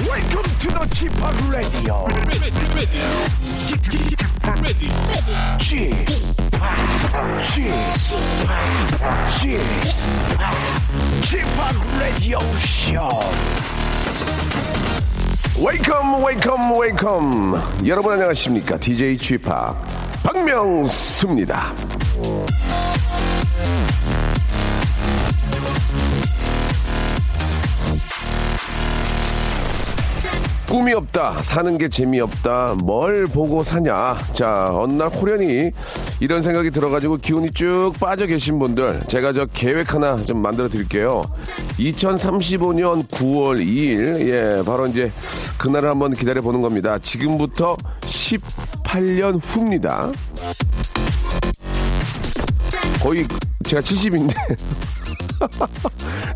to the Chip Radio. ready, ready, ready, Chip, Chip, Chip, Chip Radio Show. 웨이컴 웨이컴 웨이컴 여러분 안녕하십니까 DJ 취파 박명수입니다 꿈이 없다 사는 게 재미없다 뭘 보고 사냐 자 어느 날 호련히 이런 생각이 들어가지고 기운이 쭉 빠져 계신 분들 제가 저 계획 하나 좀 만들어 드릴게요 2035년 9월 2일 예 바로 이제 그날을 한번 기다려 보는 겁니다 지금부터 18년 후입니다 거의 제가 70인데.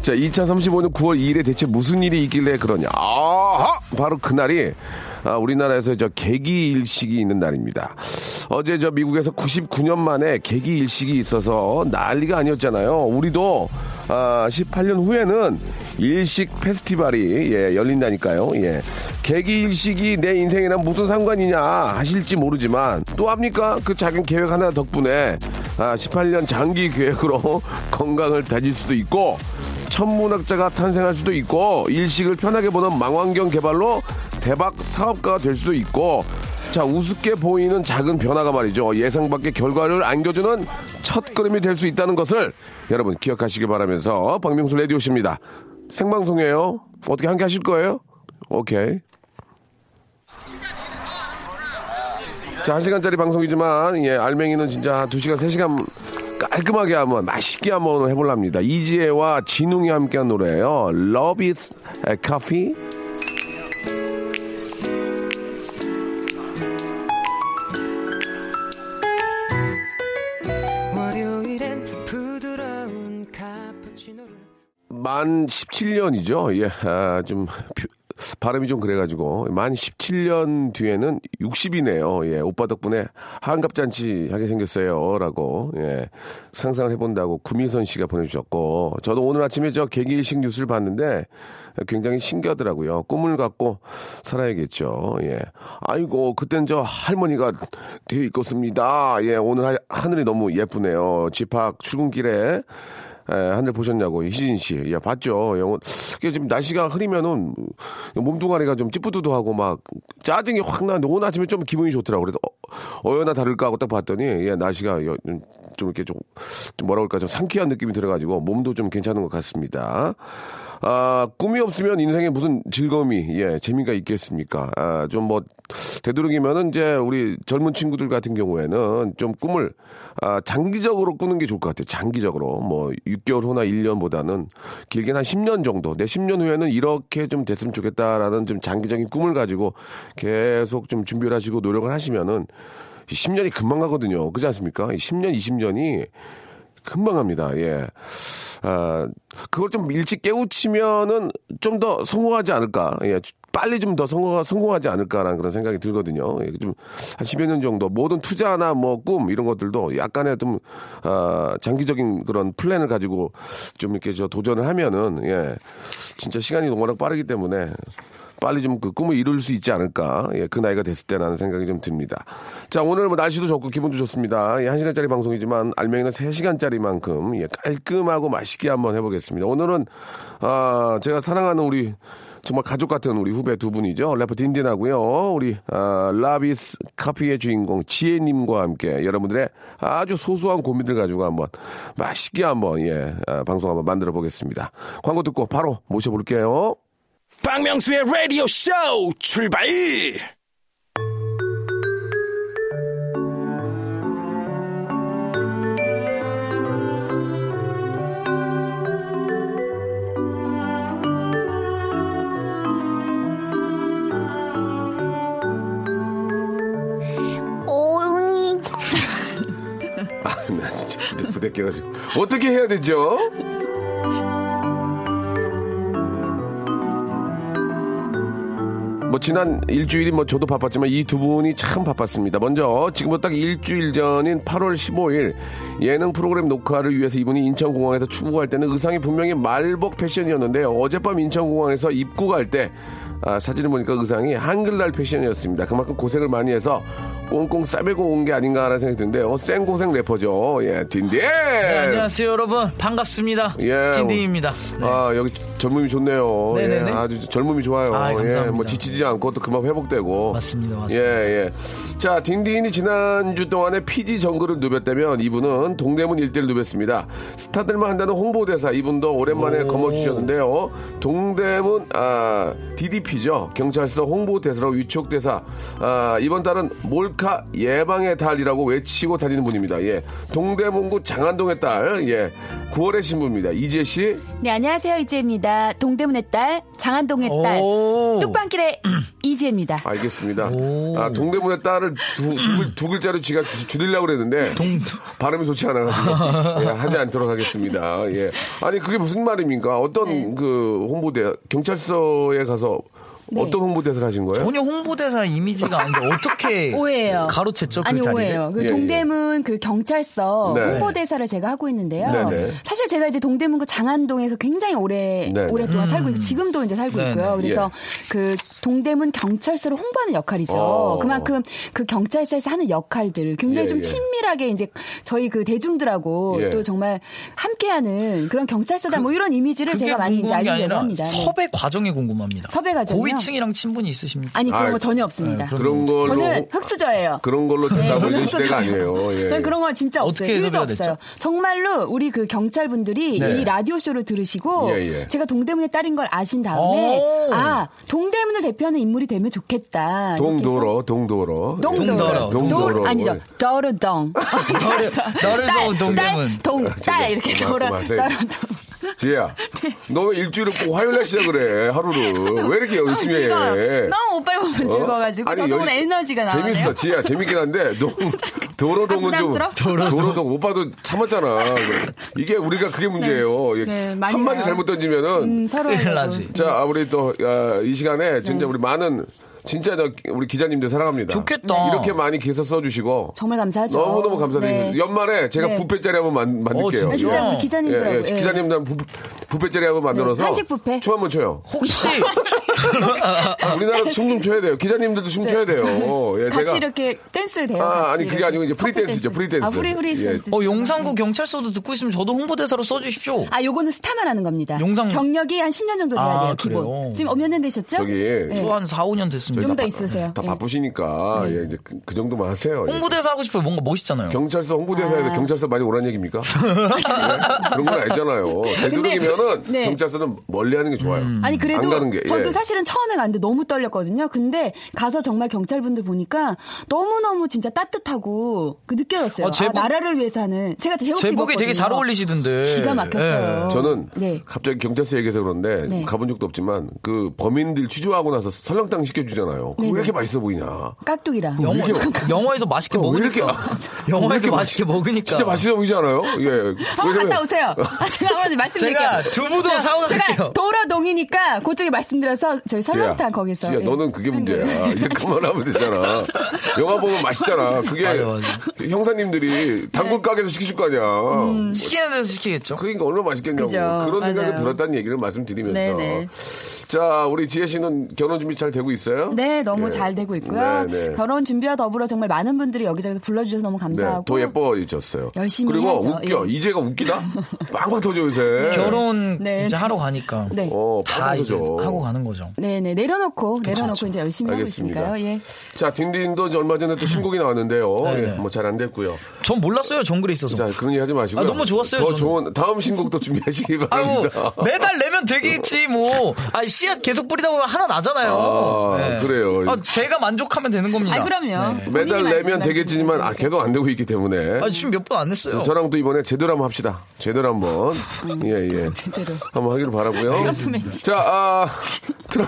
자, 2035년 9월 2일에 대체 무슨 일이 있길래 그러냐. 아하! 바로 그날이 아, 우리나라에서 저 개기일식이 있는 날입니다. 어제 저 미국에서 99년 만에 개기일식이 있어서 난리가 아니었잖아요. 우리도 아, 18년 후에는 일식 페스티벌이 예, 열린다니까요. 예. 개기일식이 내 인생이랑 무슨 상관이냐 하실지 모르지만 또 합니까? 그 작은 계획 하나 덕분에 아, 18년 장기 계획으로 건강을 다질 수도 있고 천문학자가 탄생할 수도 있고 일식을 편하게 보는 망원경 개발로 대박 사업가가 될 수도 있고 자 우습게 보이는 작은 변화가 말이죠 예상 밖의 결과를 안겨주는 첫 걸음이 될 수 있다는 것을 여러분 기억하시기 바라면서 박명수 레디오십니다 생방송이에요 어떻게 함께 하실 거예요 오케이 자, 한 시간짜리 방송이지만, 예, 알맹이는 진짜 두 시간, 세 시간 깔끔하게 한번, 맛있게 한번 해볼랍니다. 이지혜와 진웅이 함께한 노래예요 Love is a coffee. 월요일엔 부드러운 카푸치노를 만 17년이죠. 예, 아, 좀, 표- 발음이 좀 그래가지고. 만 17년 뒤에는 60이네요. 예, 오빠 덕분에 한갑잔치 하게 생겼어요. 라고, 예, 상상을 해본다고 구미선 씨가 보내주셨고. 저도 오늘 아침에 저 개기일식 뉴스를 봤는데 굉장히 신기하더라고요. 꿈을 갖고 살아야겠죠. 예. 아이고, 그땐 저 할머니가 되어 있겠습니다. 예, 오늘 하- 하늘이 너무 예쁘네요. 집합 출근길에 예, 하늘 보셨냐고 희진 씨, 예 봤죠. 영혼. 이게 지금 날씨가 흐리면은 몸뚱아리가 좀 찌뿌두두하고 막 짜증이 확 나는데 오늘 아침에 좀 기분이 좋더라고. 그래서 어, 어여나 다를까 하고 딱 봤더니 예 날씨가 여- 좀 이렇게 좀, 좀 뭐라 그럴까 좀 상쾌한 느낌이 들어가지고 몸도 좀 괜찮은 것 같습니다. 아, 꿈이 없으면 인생에 무슨 즐거움이, 예, 재미가 있겠습니까? 아, 좀 뭐, 되도록이면은 이제 우리 젊은 친구들 같은 경우에는 좀 꿈을, 아, 장기적으로 꾸는 게 좋을 것 같아요. 장기적으로. 뭐, 6개월 후나 1년보다는 길게는 한 10년 정도. 내 10년 후에는 이렇게 좀 됐으면 좋겠다라는 좀 장기적인 꿈을 가지고 계속 좀 준비를 하시고 노력을 하시면은 10년이 금방 가거든요. 그렇지 않습니까? 10년, 20년이 금방 갑니다. 예. 아, 그걸 좀 일찍 깨우치면은 좀 더 성공하지 않을까. 예. 빨리 좀 더 성공, 성공하지 않을까라는 그런 생각이 들거든요. 예, 좀, 한 10여 년 정도. 모든 투자나 뭐 꿈, 이런 것들도 약간의 좀, 아, 장기적인 그런 플랜을 가지고 좀 이렇게 저 도전을 하면은, 예, 진짜 시간이 워낙 빠르기 때문에 빨리 좀 그 꿈을 이룰 수 있지 않을까. 예, 그 나이가 됐을 때라는 생각이 좀 듭니다. 자, 오늘 뭐 날씨도 좋고 기분도 좋습니다. 예, 1시간짜리 방송이지만 알맹이는 3시간짜리만큼 예, 깔끔하고 맛있게 한번 해보겠습니다. 오늘은, 아, 제가 사랑하는 우리 정말 가족 같은 우리 후배 두 분이죠. 래퍼 딘딘하고요. 우리 아, 라비스 카피의 주인공 지혜님과 함께 여러분들의 아주 소소한 고민들 가지고 한번 맛있게 한번 예 아, 방송 한번 만들어 보겠습니다. 광고 듣고 바로 모셔볼게요. 박명수의 라디오 쇼 출발! 오이 아, 나 진짜 부대- 부대껴가지고 어떻게 해야 되죠? 뭐 지난 일주일이 뭐 저도 바빴지만 이 두 분이 참 바빴습니다. 먼저 지금부터 딱 일주일 전인 8월 15일 예능 프로그램 녹화를 위해서 이분이 인천공항에서 출국할 때는 의상이 분명히 말복 패션이었는데요. 어젯밤 인천공항에서 입국할 때 아, 사진을 보니까 의상이 한글날 패션이었습니다. 그만큼 고생을 많이 해서 꽁꽁 싸매고 온 게 아닌가라는 생각이 드는데요. 생고생 래퍼죠. 예, 딘딘. 네, 안녕하세요 여러분 반갑습니다 예. 딘딘입니다 네. 아 여기 젊음이 좋네요. 예, 네네네. 아주 젊음이 좋아요. 아이, 감사합니다. 예, 뭐 지치지 않고 또 금방 회복되고. 맞습니다, 맞습니다. 예, 예. 자, 딘딘이 지난주 동안에 PD 정글을 누볐다면 이분은 동대문 일대를 누볐습니다. 스타들만 한다는 홍보대사 이분도 오랜만에 거머쥐셨는데요. 동대문 아 DDP죠. 경찰서 홍보대사로 위촉대사. 아 이번 달은 몰카 예방의 달이라고 외치고 다니는 분입니다. 예. 동대문구 장안동의 딸. 예. 9월의 신부입니다. 이재 씨. 네, 안녕하세요. 이지혜입니다. 동대문의 딸, 장안동의 딸, 오. 뚝방길의 이지혜입니다. 알겠습니다. 아, 동대문의 딸을 두, 두 글- 두 글자로 쥐가 주- 줄이려고 그랬는데 발음이 좋지 않아가지고 예, 하지 않도록 하겠습니다. 예. 아니 그게 무슨 말입니까? 어떤 그 홍보대 경찰서에 가서 네. 어떤 홍보대사를 하신 거예요? 전혀 홍보대사 이미지가 아닌데 어떻게 오해예요. 가로챘죠 그 아니 자리를 오해요. 그 예, 예. 동대문 그 경찰서 네. 홍보대사를 제가 하고 있는데요. 네, 네. 사실 제가 이제 동대문구 장안동에서 굉장히 오래 네, 네. 오랫동안 살고 있고 지금도 이제 음. 살고 네, 있고요. 네. 그래서 그 동대문 경찰서를 홍보하는 역할이죠. 어. 그만큼 그 경찰서에서 하는 역할들을 굉장히 예, 좀 예. 친밀하게 이제 저희 그 대중들하고 예. 또 정말 함께하는 그런 경찰서다 뭐 이런 이미지를 그게 제가 많이 이제 궁금한 게 알리려고 아니라 합니다. 네. 섭외 과정이 궁금합니다 섭외 과정이요? 고위층이랑 친분이 있으십니까? 아니 그런 아이, 네, 거 전혀 없습니다. 그런 걸로 저는 흑수저예요. 그런 걸로 대사버리는 네, 저는 시대가 없어져요. 아니에요. 예. 저는 그런 거 진짜 없어요. 어떻게 일도 해소가 네. 없어요. 정말로 우리 그 경찰분들이 이 라디오 쇼를 들으시고 예, 예. 제가 동대문의 딸인 걸 아신 다음에 오. 아 동대문을 대표하는 인물이 되면 좋겠다. 이렇게 해서 동도로 동도로 예. 동도로 동도로. 동 동도로 아니죠 더러 동 너를- 너를 서 동대문. 아, 저기요, 동딸 이렇게 그만, 더러 그만 하세요. 더러 지혜야, 네. 너 왜 일주일에 꼭 화요일 날 시작 그래 하루를 왜 이렇게 너무 열심히 해? 아, 즐거워요. 너무 오빠를 보면 예. 어? 즐거워가지고 아니, 저도 여기 오늘 에너지가 나네요. 그 아, 재밌어, 지혜야. 재밌긴 한데, 너, 도로동은 좀. 부담스러워? 도로동. 오빠도 참았잖아. 이게 우리가 그게 문제예요. 예, 네, 많이 한마디 와요. 잘못 던지면은. 음, 서로 큰일 나지 자, 아, 우리 또, 아, 이 시간에 네. 진짜 우리 많은, 진짜 저 우리 기자님들 사랑합니다. 좋겠다. 이렇게 많이 기사 써주시고. 정말 감사하죠. 너무너무 감사드립니다. 네. 연말에 제가 네. 부페 자리 한번 만, 만들게요. 어, 아, 진짜 우리 기자님들하고 예, 예. 기자님들 한번 부- 부페 자리 한번 만들어서. 네, 한식 부페. 춤 한번 춰요. 혹시 아, 우리나라 춤 좀 춰야 돼요. 기자님들도 춤 춰야 돼요. 예, 네. 같이 제가. 이렇게 댄스를 대요. 아, 같이 아니, 그게 이렇게. 아니고 이제 프리 커플 댄스죠, 프리 아, 댄스. 프리 프리 예. 댄스. 어 용산구 경찰서도 듣고 있으면 저도 홍보대사로 써주십시오 아, 요거는 스타만 하는 겁니다. 용상- 경력이 한 10년 정도 돼야 아, 돼요, 기본. 그래요? 지금 몇 년 되셨죠? 예. 저기 네. 저 한 4, 5년 됐습니다 좀 더 있으세요. 다 예. 바쁘시니까 예, 이제 그, 그 정도만 하세요. 예. 홍보대사 하고 싶어요 뭔가 멋있잖아요 경찰서 홍보대사에 서 경찰서 많이 오란 얘기입니까? 네? 그런 건 아니잖아요. 되도록이면은 네. 음. 경찰서는 멀리하는 게 좋아요. 아니 안 그래도 가는 게, 예. 저도 사실은 처음에 갔는데 너무 떨렸거든요. 근데 가서 정말 경찰분들 보니까 너무 너무 진짜 따뜻하고 그 느껴졌어요. 아, 아, 제복- 나라를 위해서 하는 제가 제복 제복이 되게 잘 예, 입었거든요. 어울리시던데 기가 막혔어요. 저는 네. 갑자기 경찰서 얘기해서 그런데 네. 가본 적도 없지만 그 범인들 취조하고 나서 설렁탕 시켜주잖아요. 그거 왜 네네. 이렇게 맛있어 보이냐? 깍두기랑 영어, 영어에서 맛있게 왜 먹으니까 영어에서 맛있게 먹으니까 그렇죠. 진짜 맛있어 보이지 않아요? 예. 한번 왜냐면- 갔다 오세요. 아, 제가 오늘 말씀드릴게요. 제가 두부도 제가- 사오다 갈게요. 제가 도라동이니까 그쪽에 말씀드려서 저희 설렁탕 지혜야, 거기서. 지혜야, 예. 너는 그게 문제야. 이제 그만하면 되잖아. 영화 보면 맛있잖아. 그게 맞아, 맞아. 형사님들이 네. 단골 가게에서 시키줄 거 아니야. 시키는 데서 시키겠죠 그러니까 얼마나 맛있겠냐고. 음. 그죠, 그런 생각이 맞아요. 들었다는 얘기를 말씀드리면서. 네, 네. 자, 우리 지혜 씨는 결혼 준비 잘 되고 있어요? 네, 너무 예. 잘 되고 있고요. 네, 네. 결혼 준비와 더불어 정말 많은 분들이 여기저기서 불러주셔서 너무 네, 감사하고. 더 예뻐졌어요. 열심히 그리고 해야죠. 웃겨. 예. 이제가 웃기다? 빵빵 터져 요새. 결혼 네. 이제 하러 가니까 네. 어, 다 빵빵 이제 터져. 하고 가는 거죠 네, 네. 내려놓고, 내려놓고 이제 열심히 하고 알겠습니다. 있으니까요. 예. 자, 딘딘도 이제 얼마 전에 또 신곡이 나왔는데요. 네, 네. 뭐 잘 안 됐고요. 전 몰랐어요 정글에 있어서 자, 그런 얘기 하지 마시고요. 아, 너무 좋았어요, 더 저는. 좋은 다음 신곡도 준비하시기 아이고 바랍니다. 매달 내면 되겠지 뭐. 아 씨앗 계속 뿌리다 보면 하나 나잖아요. 아, 그래요. 아, 제가 만족하면 되는 겁니다. 아, 그럼요. 네. 매달 본인이 내면 만든 되겠지만 아, 말씀이니까. 계속 안 되고 있기 때문에. 아, 지금 몇 번 안 했어요. 음. 저- 저랑 또 이번에 제대로 한번 합시다. 제대로 한번. 예, 예. 제대로. 한번 하기를 바라고요 트럼프 매치. 자, 아, 트럼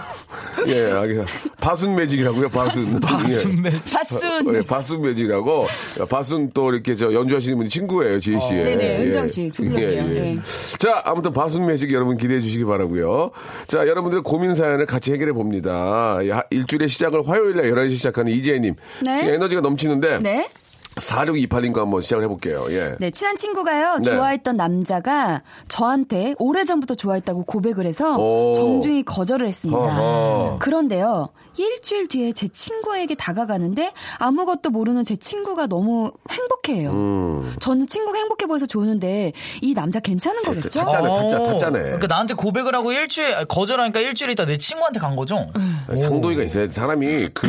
예, 알겠습니다. 바순 매직이라고요, 바순. 바순 예. 매직. 바순. 예, 바순 매직이라고. 바순 또 이렇게 저 연주하시는 분이 친구예요, 지혜 씨. 의 어, 네네, 은정 씨, 부끄럽게요. 네. 자, 아무튼 바순 매직 여러분 기대해 주시기 바라고요 자, 여러분들의 고민 사연을 같이 해결해 봅니다. 예, 하- 일주일의 시작을 화요일 날 11시 시작하는 이재희님. 네. 지금 에너지가 넘치는데. 네. 4628님과 한번 시작을 해볼게요. 예. 네, 친한 친구가요, 네. 좋아했던 남자가 저한테 오래전부터 좋아했다고 고백을 해서 오. 정중히 거절을 했습니다. 어허. 그런데요, 일주일 뒤에 제 친구에게 다가가는데 아무것도 모르는 제 친구가 너무 행복해요. 음. 저는 친구가 행복해 보여서 좋은데 이 남자 괜찮은 거겠죠? 타짜네, 타짜, 어. 타짜네. 그러니까 나한테 고백을 하고 일주일 아, 거절하니까 일주일 있다 내 친구한테 간 거죠. 음. 아니, 상도이가 있어야 돼. 사람이 그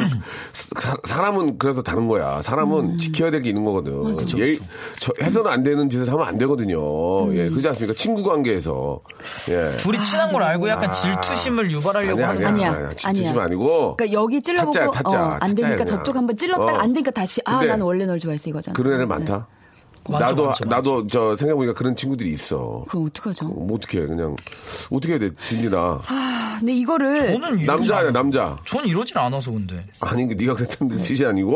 사- 사람은 그래서 다른 거야. 사람은 음. 지켜야 될 게 있는 거거든. 예, 저, 해서는 안 되는 짓을 하면 안 되거든요. 음. 예, 그렇지 않습니까? 친구 관계에서 예. 둘이 친한 걸 알고 약간 질투심을 유발하려고 아. 아니야, 하는 아니야, 거 아니야, 지치지 아니야. 아니고. 그러니까 여기 찔러보고 타짜야, 타짜. 어, 안 되니까 타짜야, 저쪽 그냥. 한번 찔렀다가 어. 안 되니까 다시 아 근데 난 원래 널 좋아했어 이거잖아. 네. 그런 애들 많다. 많죠, 나도 많죠, 나도 저 생각해 보니까 그런 친구들이 있어. 그럼 어떡하죠? 뭐 어떻게 해? 그냥 어떻게 해야 돼? 딘디나 아, 근데 이거를 저는 이러지 남자 아니야 않아서. 남자. 전 이러질 않아서 근데 아니 그 네가 그랬던데 지시 아니고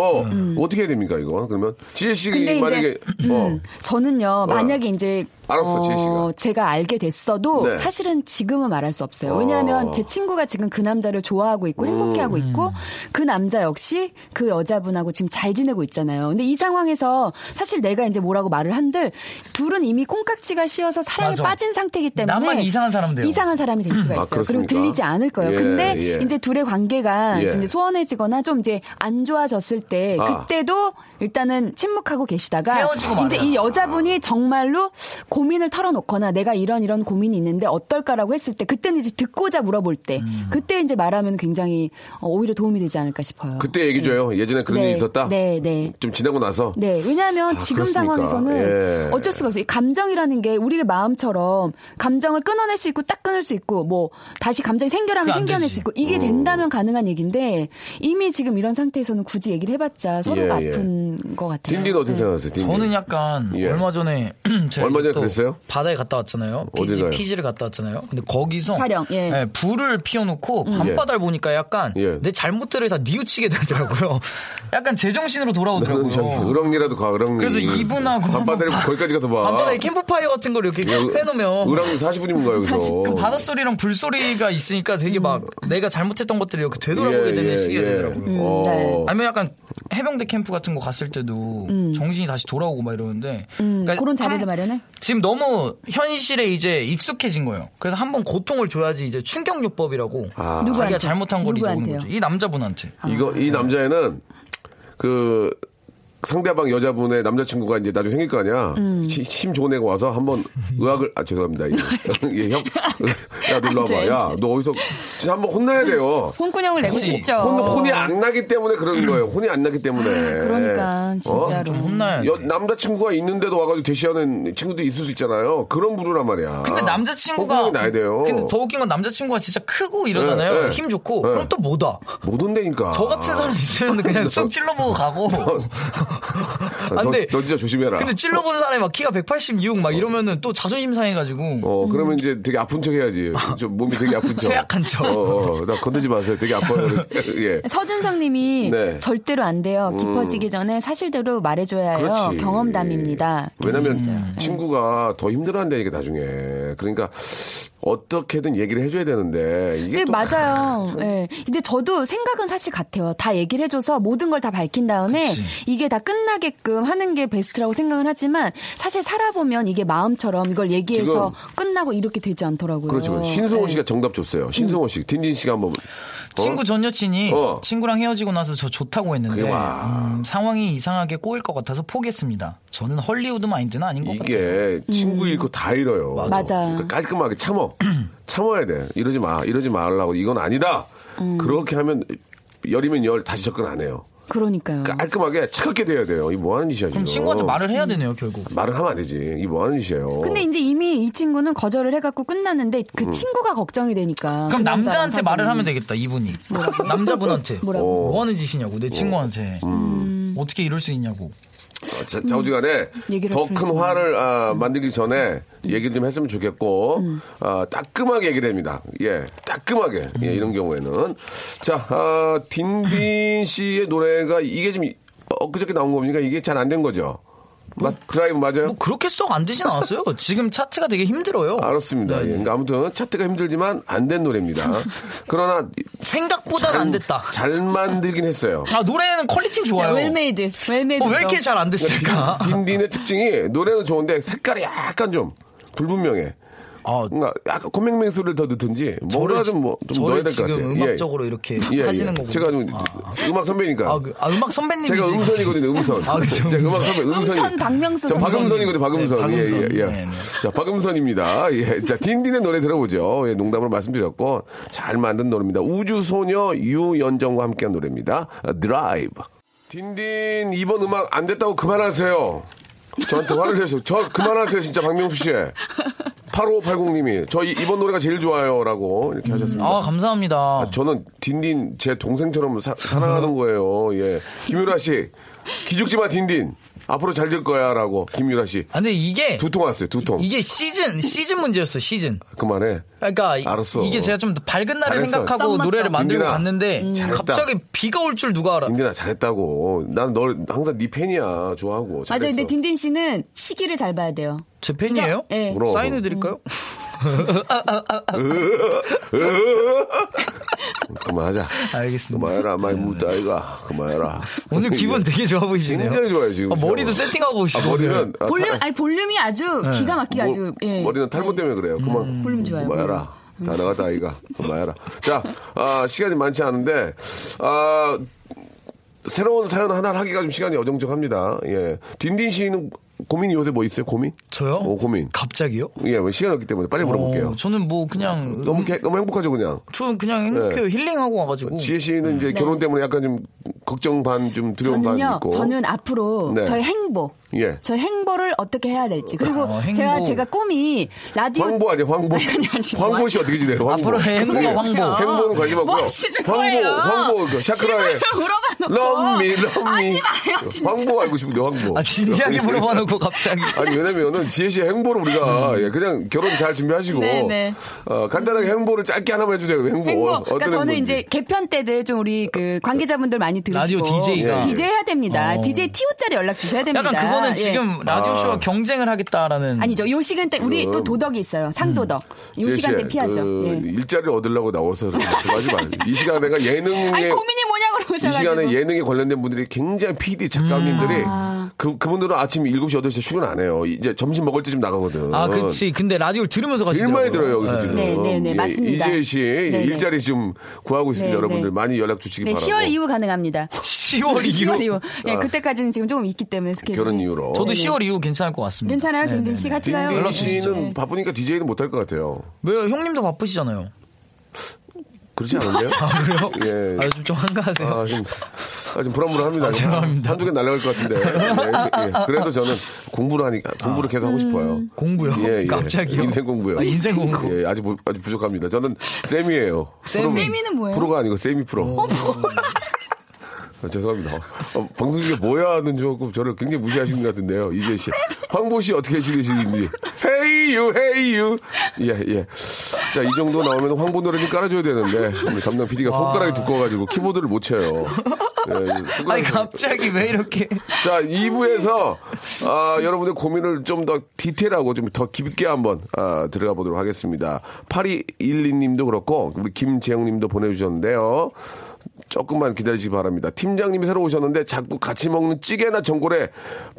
어떻게 해야 됩니까 이거? 그러면 지혜 씨 음. 근데 이제, 만약에 어. 음. 저는요 만약에 이제 알았어, 지혜 씨가. 제가 알게 됐어도 네. 사실은 지금은 말할 수 없어요. 왜냐하면 어. 음. 제 친구가 지금 그 남자를 좋아하고 있고 행복해하고 음. 있고 그 남자 역시 그 여자분하고 지금 잘 지내고 있잖아요. 근데 이 상황에서 사실 내가 이제 뭐라고 말을 한들 둘은 이미 콩깍지가 씌어서 사랑에 맞아. 빠진 상태이기 때문에 나만 이상한 사람 돼요. 음. 이상한 사람이 될 수가 아, 있어요. 그리고 그렇습니까? 들리지 않을 거예요. 예, 근데 예. 이제 둘의 관계가 예. 좀 이제 소원해지거나 좀 이제 안 좋아졌을 때 아. 그때도 일단은 침묵하고 계시다가 헤어지고 이제 말아요. 이 여자분이 정말로 고민을 털어놓거나 내가 이런 이런 고민이 있는데 어떨까라고 했을 때 그때는 이제 듣고자 물어볼 때 음. 그때 이제 말하면 굉장히 어, 오히려 도움이 되지 않을까 싶어요. 그때 얘기 줘요. 예전에 그런 네, 일이 있었다. 네, 네. 좀 지나고 나서. 네, 왜냐하면 아, 지금 그렇습니까? 상황에서는 예. 어쩔 수가 없어요. 이 감정이라는 게 우리의 마음처럼 감정을 끊어낼 수 있고 딱 끊을 수 있고 뭐 다시 감정이 생겨라면 그러니까 그안 생겨낼 되지. 수 있고 이게 어. 된다면 가능한 얘기인데 이미 지금 이런 상태에서는 굳이 얘기를 해봤자 서로가 예, 예. 아픈 것 같아요. 음, 딘딘 어떻게 생각하세요? 딘딘. 저는 약간 네. 예. 얼마 전에 제가 얼마 전에 또 그랬어요? 바다에 갔다 왔잖아요. 어디 피지, 가요? 피지를 갔다 왔잖아요. 근데 거기서 촬영, 예. 음. 불을 피워놓고 밤바다를 보니까 약간 예. 내 잘못들을 다 뉘우치게 되더라고요. 약간 제정신으로 나는 저기 돌아오더라고요. 으렁이라도 가, 으렁이. 그래서 이분하고 밤바다를 한번 바- 거기까지 가서 봐. 밤바다에 캠프파이어 같은 걸 이렇게 해놓으면 으렁이 40분인 아. 예. 거예요, 어. 그래서. 그 바다 소리랑 불 소리가 있으니까 되게 막 음. 내가 잘못했던 것들이 이렇게 되돌아보게 되는 시기가 되더라고요. 예, 어. 네. 아니면 약간 해병대 캠프 같은 거 갔을 때도 정신이 다시 돌아오고 막 이러는데 음, 그러니까 그런 자리를 한- 마련해? 지금 너무 현실에 이제 익숙해진 거예요. 그래서 한번 고통을 줘야지 이제 충격요법이라고 아. 자기가 누구한테? 잘못한 걸 잊어보는 누구한테요? 거죠. 이 남자분한테. 아, 이거, 네. 이 남자애는 그 상대방 여자분의 남자친구가 이제 나중에 생길 거 아니야. 음. 시- 힘 좋은 애가 와서 한번 의학을, 아, 죄송합니다. 이게. 예, 형. 야, 놀러 안 와봐. 돼, 안 야, 너 어디서 진짜 한번 혼나야 돼요. 혼꾸녕을 내고 그치. 싶죠. 혼, 혼이 안 나기 때문에 그런 거예요. 혼이 안 나기 때문에. 음. 그러니까 어? 진짜로. 좀 혼나야 돼. 여- 남자친구가 있는데도 와가지고 대시하는 친구도 있을 수 있잖아요. 그런 부류란 말이야. 근데 남자친구가 아, 호감이 나야 돼요. 근데 더 웃긴 건 남자친구가 진짜 크고 이러잖아요. 네, 네. 힘 좋고 네. 그럼 또 뭐다. 못 온다니까. 저 같은 사람 있으면 그냥 쑥 찔러보고 가고. 너, 아, 근데 너 어. 진짜 조심해라. 근데 찔러보는 사람이 막 키가 186 막 이러면은 또 자존심 상해가지고. 어 그러면 이제 되게 아픈 척 해야지. 좀 몸이 되게 아픈 척. 음. 쇠약한 척. 어, 어, 나 건들지 마세요. 되게 아파요. 예. 서준성님이 네. 절대로 안 돼요. 깊어지기 전에 사실대로 말해줘야 해요. 네, 그렇지. 경험담입니다. 왜냐면 음. 음. 친구가 더 힘들어한다니까 나중에. 그러니까 어떻게든 얘기를 해줘야 되는데 이게 네, 또 맞아요. 예. 근데 저도 생각은 사실 같아요. 다 얘기를 해줘서 모든 걸 다 밝힌 다음에 이게 다 끝나게끔 하는 게 베스트라고 생각을 하지만 사실 살아보면 이게 마음처럼 이걸 얘기해서 끝나고 이렇게 되지 않더라고요. 그렇죠. 신승호 예. 씨가 정답 줬어요. 신승호 음. 씨, 딘딘 씨가 한번 친구 전 여친이 어. 친구랑 헤어지고 나서 저 좋다고 했는데 그게 와. 음, 상황이 이상하게 꼬일 것 같아서 포기했습니다. 저는 헐리우드 마인드는 아닌 것 같아요. 음. 이게 친구 잃고 다 잃어요. 맞아. 그러니까 깔끔하게 참어. 참아야 돼. 이러지 마. 이러지 말라고. 이건 아니다. 음. 그렇게 하면 열이면 열 다시 접근 안 해요. 그러니까요. 깔끔하게 차갑게 돼야 돼요. 이 뭐 하는 짓이야 지금. 그럼 친구한테 말을 해야 되네요, 결국. 말을 하면 안 되지. 이 뭐 하는 짓이에요. 근데 이제 이미 이 친구는 거절을 해갖고 끝났는데 그 음. 친구가 걱정이 되니까. 그럼 그 남자랑 남자한테 말을 사귀는. 하면 되겠다, 이분이. 남자분한테. 뭐라고? 어. 음. 음. 뭐 하는 짓이냐고, 내 친구한테. 어떻게 이럴 수 있냐고. 어, 자, 자우지간에 얘기를 음. 더 큰 들었으면. 화를 아, 만들기 전에 얘기를 좀 했으면 좋겠고 음. 아, 따끔하게 얘기를 합니다. 예, 따끔하게 음. 예, 이런 경우에는 자 아, 딘딘 씨의 노래가 이게 좀 엊그저께 나온 겁니까? 이게 잘 안 된 거죠? 마, 드라이브 맞아요? 뭐 그렇게 썩 안 되진 않았어요. 지금 차트가 되게 뭐 힘들어요. 네. 알았습니다. 예. 그러니까 아무튼 차트가 힘들지만 안 된 노래입니다. 그러나 생각보다는 안 됐다. 잘 만들긴 했어요. 아 노래는 퀄리티 좋아요. 웰메이드. 웰메이드. 어, 왜 이렇게 잘 안 됐을까? 아, 딘딘의 특징이 노래는 좋은데 색깔이 약간 좀 불분명해. 아, 뭔가 약간 코맹맹 소리를 더 넣든지 뭔가 저를 지- 좀뭐 좀 저를 넣어야 될 것 지금 같아요. 예, 음악적으로 이렇게 하시는 거군요. 제가 좀 음악 선배니까. 아, 그- 아, 음악 선배님이 제가 음선이거든요, 음선. 아, 그죠. 제가 음악 선배, 음선이. 음선 박명수 저 박음선이거든요, 박음선. 네, 박음선. 예, 예, 예. 네, 네. 자, 박음선입니다. 예. 자, 딘딘의 노래 들어보죠. 예, 농담으로 말씀드렸고, 잘 만든 노래입니다. 우주소녀 유연정과 함께한 노래입니다. 아, 드라이브. 딘딘, 이번 음악 안 됐다고 그만하세요. 저한테 화를 내세요. 저 그만하세요, 진짜 박명수 씨. 8580님이 저 이- 이번 노래가 제일 좋아요라고 이렇게 하셨습니다. 아 감사합니다. 저는 딘딘 제 동생처럼 사, 어? 사랑하는 거예요. 예. 김유라 씨, 기죽지 마 딘딘. 앞으로 잘 될 거야라고 김유라 씨. 아, 근데 이게 두 통 왔어요. 두 통. 이게 시즌 시즌 문제였어 시즌. 그만해. 그러니까 이- 알았어. 이게 제가 좀 밝은 날을 잘했어. 생각하고 썸 노래를 맞어. 만들고 민규야, 갔는데 잘했다. 갑자기 비가 올 줄 누가 알아? 딘딘아 잘했다고. 난 널 항상 네 팬이야. 좋아하고. 잘했어. 맞아요. 근데 딘딘 씨는 시기를 잘 봐야 돼요. 제 팬이에요? 예. 물어. 사인해 드릴까요? 그만하자. 알겠습니다. 네. 그만해라. 마이 무다 이가. 그만해라. 오늘 기분 되게 좋아 보이시네요. 굉장히 좋아요, 지금. 아, 머리도 진짜. 세팅하고 아, 오시고. 머리는 아, 볼륨 탈- 아니 볼륨이 아주 기가 막히게 뭐, 아주 예. 머리는 탈모 때문에 그래요. 그만. 음. 볼륨 좋아요. 그만해라. 다 나가다 아이가. 그만해라. 자, 아, 시간이 많지 않은데, 아, 새로운 사연 하나를 하기가 좀 시간이 어정쩡합니다. 예. 딘딘 씨는 고민이 요새 뭐 있어요? 고민? 저요? 어, 고민. 갑자기요? 예, 뭐 시간이 없기 때문에 빨리 물어볼게요. 아, 어, 저는 뭐 그냥 너무, 개- 너무 행복하죠, 그냥. 저는 그냥 행복해요. 힐링하고 와가지고. 네. 지혜 씨는 네. 이제 결혼 때문에 약간 좀 걱정 반, 좀 두려움 반 저는요. 있고. 저는 앞으로 네. 저의 행보. 예. 저의 행보를 어떻게 해야 될지. 그리고 어, 행보. 제가 제가 꿈이 라디오 황보 아니에요, 황보. 아니, 아니, 아니, 황보 씨 어떻게 지내요? 황보. 앞으로 행보가 예. 황보. 행보는 관심 없고요. 뭐 하시는 황보, 거예요? 황보, 그 샤크라의. 질문을 물어봐 놓고. 럼미, 럼미. 하지 마요, 진짜. 황보 알고 싶은데, 황보. 아 진지하게 물어봐놓고 갑자기. 아니 왜냐면은 지혜 씨의 행보를 우리가 예, 그냥 결혼 잘 준비하시고 음. 네, 네. 어, 간단하게 행보를 짧게 하나만 해주세요. 행보. 행보. 어, 그러니까 어떤 저는 행보인지. 어, 이제 개편 때들 좀 우리 그 관계자분들 많이 들으시고 네. 라디오 DJ 가. DJ 해야 됩니다. 어. DJ TO짜리 연락 주셔야 됩니다. 약간 그거는 예. 지금 라디오쇼와 아. 경쟁을 하겠다라는. 아니죠. 요 시간 대 우리 또 도덕이 있어요. 상도덕. 요 음. 지혜 시간 대 씨, 피하죠. 그 예. 일자리를 얻으려고 나와서 그렇게 하지 마. 이 시간에 내가 예능에 아니 고민이 뭐냐고 그러셔가지고. 이 시간에 예능에 관련된 분들이 굉장히 PD 작가님들이 아. 그, 그분들은 아침 7시, 8시에 출근 안 해요. 이제 점심 먹을 때 좀 나가거든. 아, 그렇지. 근데 라디오를 들으면서 가시죠. 일 많이 들어요, 여기서 지금. 네, 네, 네, 예, 맞습니다. 이재희 씨 예, 네, 네. 일자리 지금 구하고 있습니다, 네, 여러분들. 네. 많이 연락 주시기 네, 바라고. 아. 10월 이후 가능합니다. 10월 10월 이후. 이후. 예, 그때까지는 지금 조금 있기 때문에 스케줄. 결혼 이후로. 저도 10월 이후 괜찮을 것 같습니다. 네. 괜찮아요, 딘딘 씨 같이 가요. 딘딘 연락 씨는 주시죠. 네. 바쁘니까 DJ는 못 할 것 같아요. 왜요? 형님도 바쁘시잖아요. 그렇지 않은데요? 아, 그래요? 예. 아, 좀, 좀 한가하세요. 아, 좀, 아, 좀 불안불안합니다. 죄송합니다. 한두 개 날아갈 것 같은데. 예, 예. 그래도 저는 공부를 하니까, 공부를 계속 하고 싶어요. 아, 음, 공부요? 예, 예. 깜짝이요. 인생 공부요. 아, 인생 공부. 예, 아직, 부- 아직 부족합니다. 저는 쌤이에요. 쌤이. 프로- 쌤이는 네, 뭐예요? 프로가 아니고 세미 프로. 아, 죄송합니다. 어, 방송 중에 뭐야 하는 조금 저를 굉장히 무시하시는 것 같은데요. 이재 씨. 황보 씨 어떻게 지내시는지. 헤이 유, 헤이 유. 예, 예. 자, 이 정도 나오면 황보 노래 좀 깔아줘야 되는데, 우리 담당 PD가 손가락이 두꺼워가지고 키보드를 못 쳐요. 예, 손가락이 아니, 좀- 갑자기 왜 이렇게. 자, 2부에서 아, 여러분의 고민을 좀 더 디테일하고 좀 더 깊게 한번 아, 들어가 보도록 하겠습니다. 8212님도 그렇고 우리 김재영 님도 보내주셨는데요. 조금만 기다리시기 바랍니다. 팀장님이 새로 오셨는데 자꾸 같이 먹는 찌개나 전골에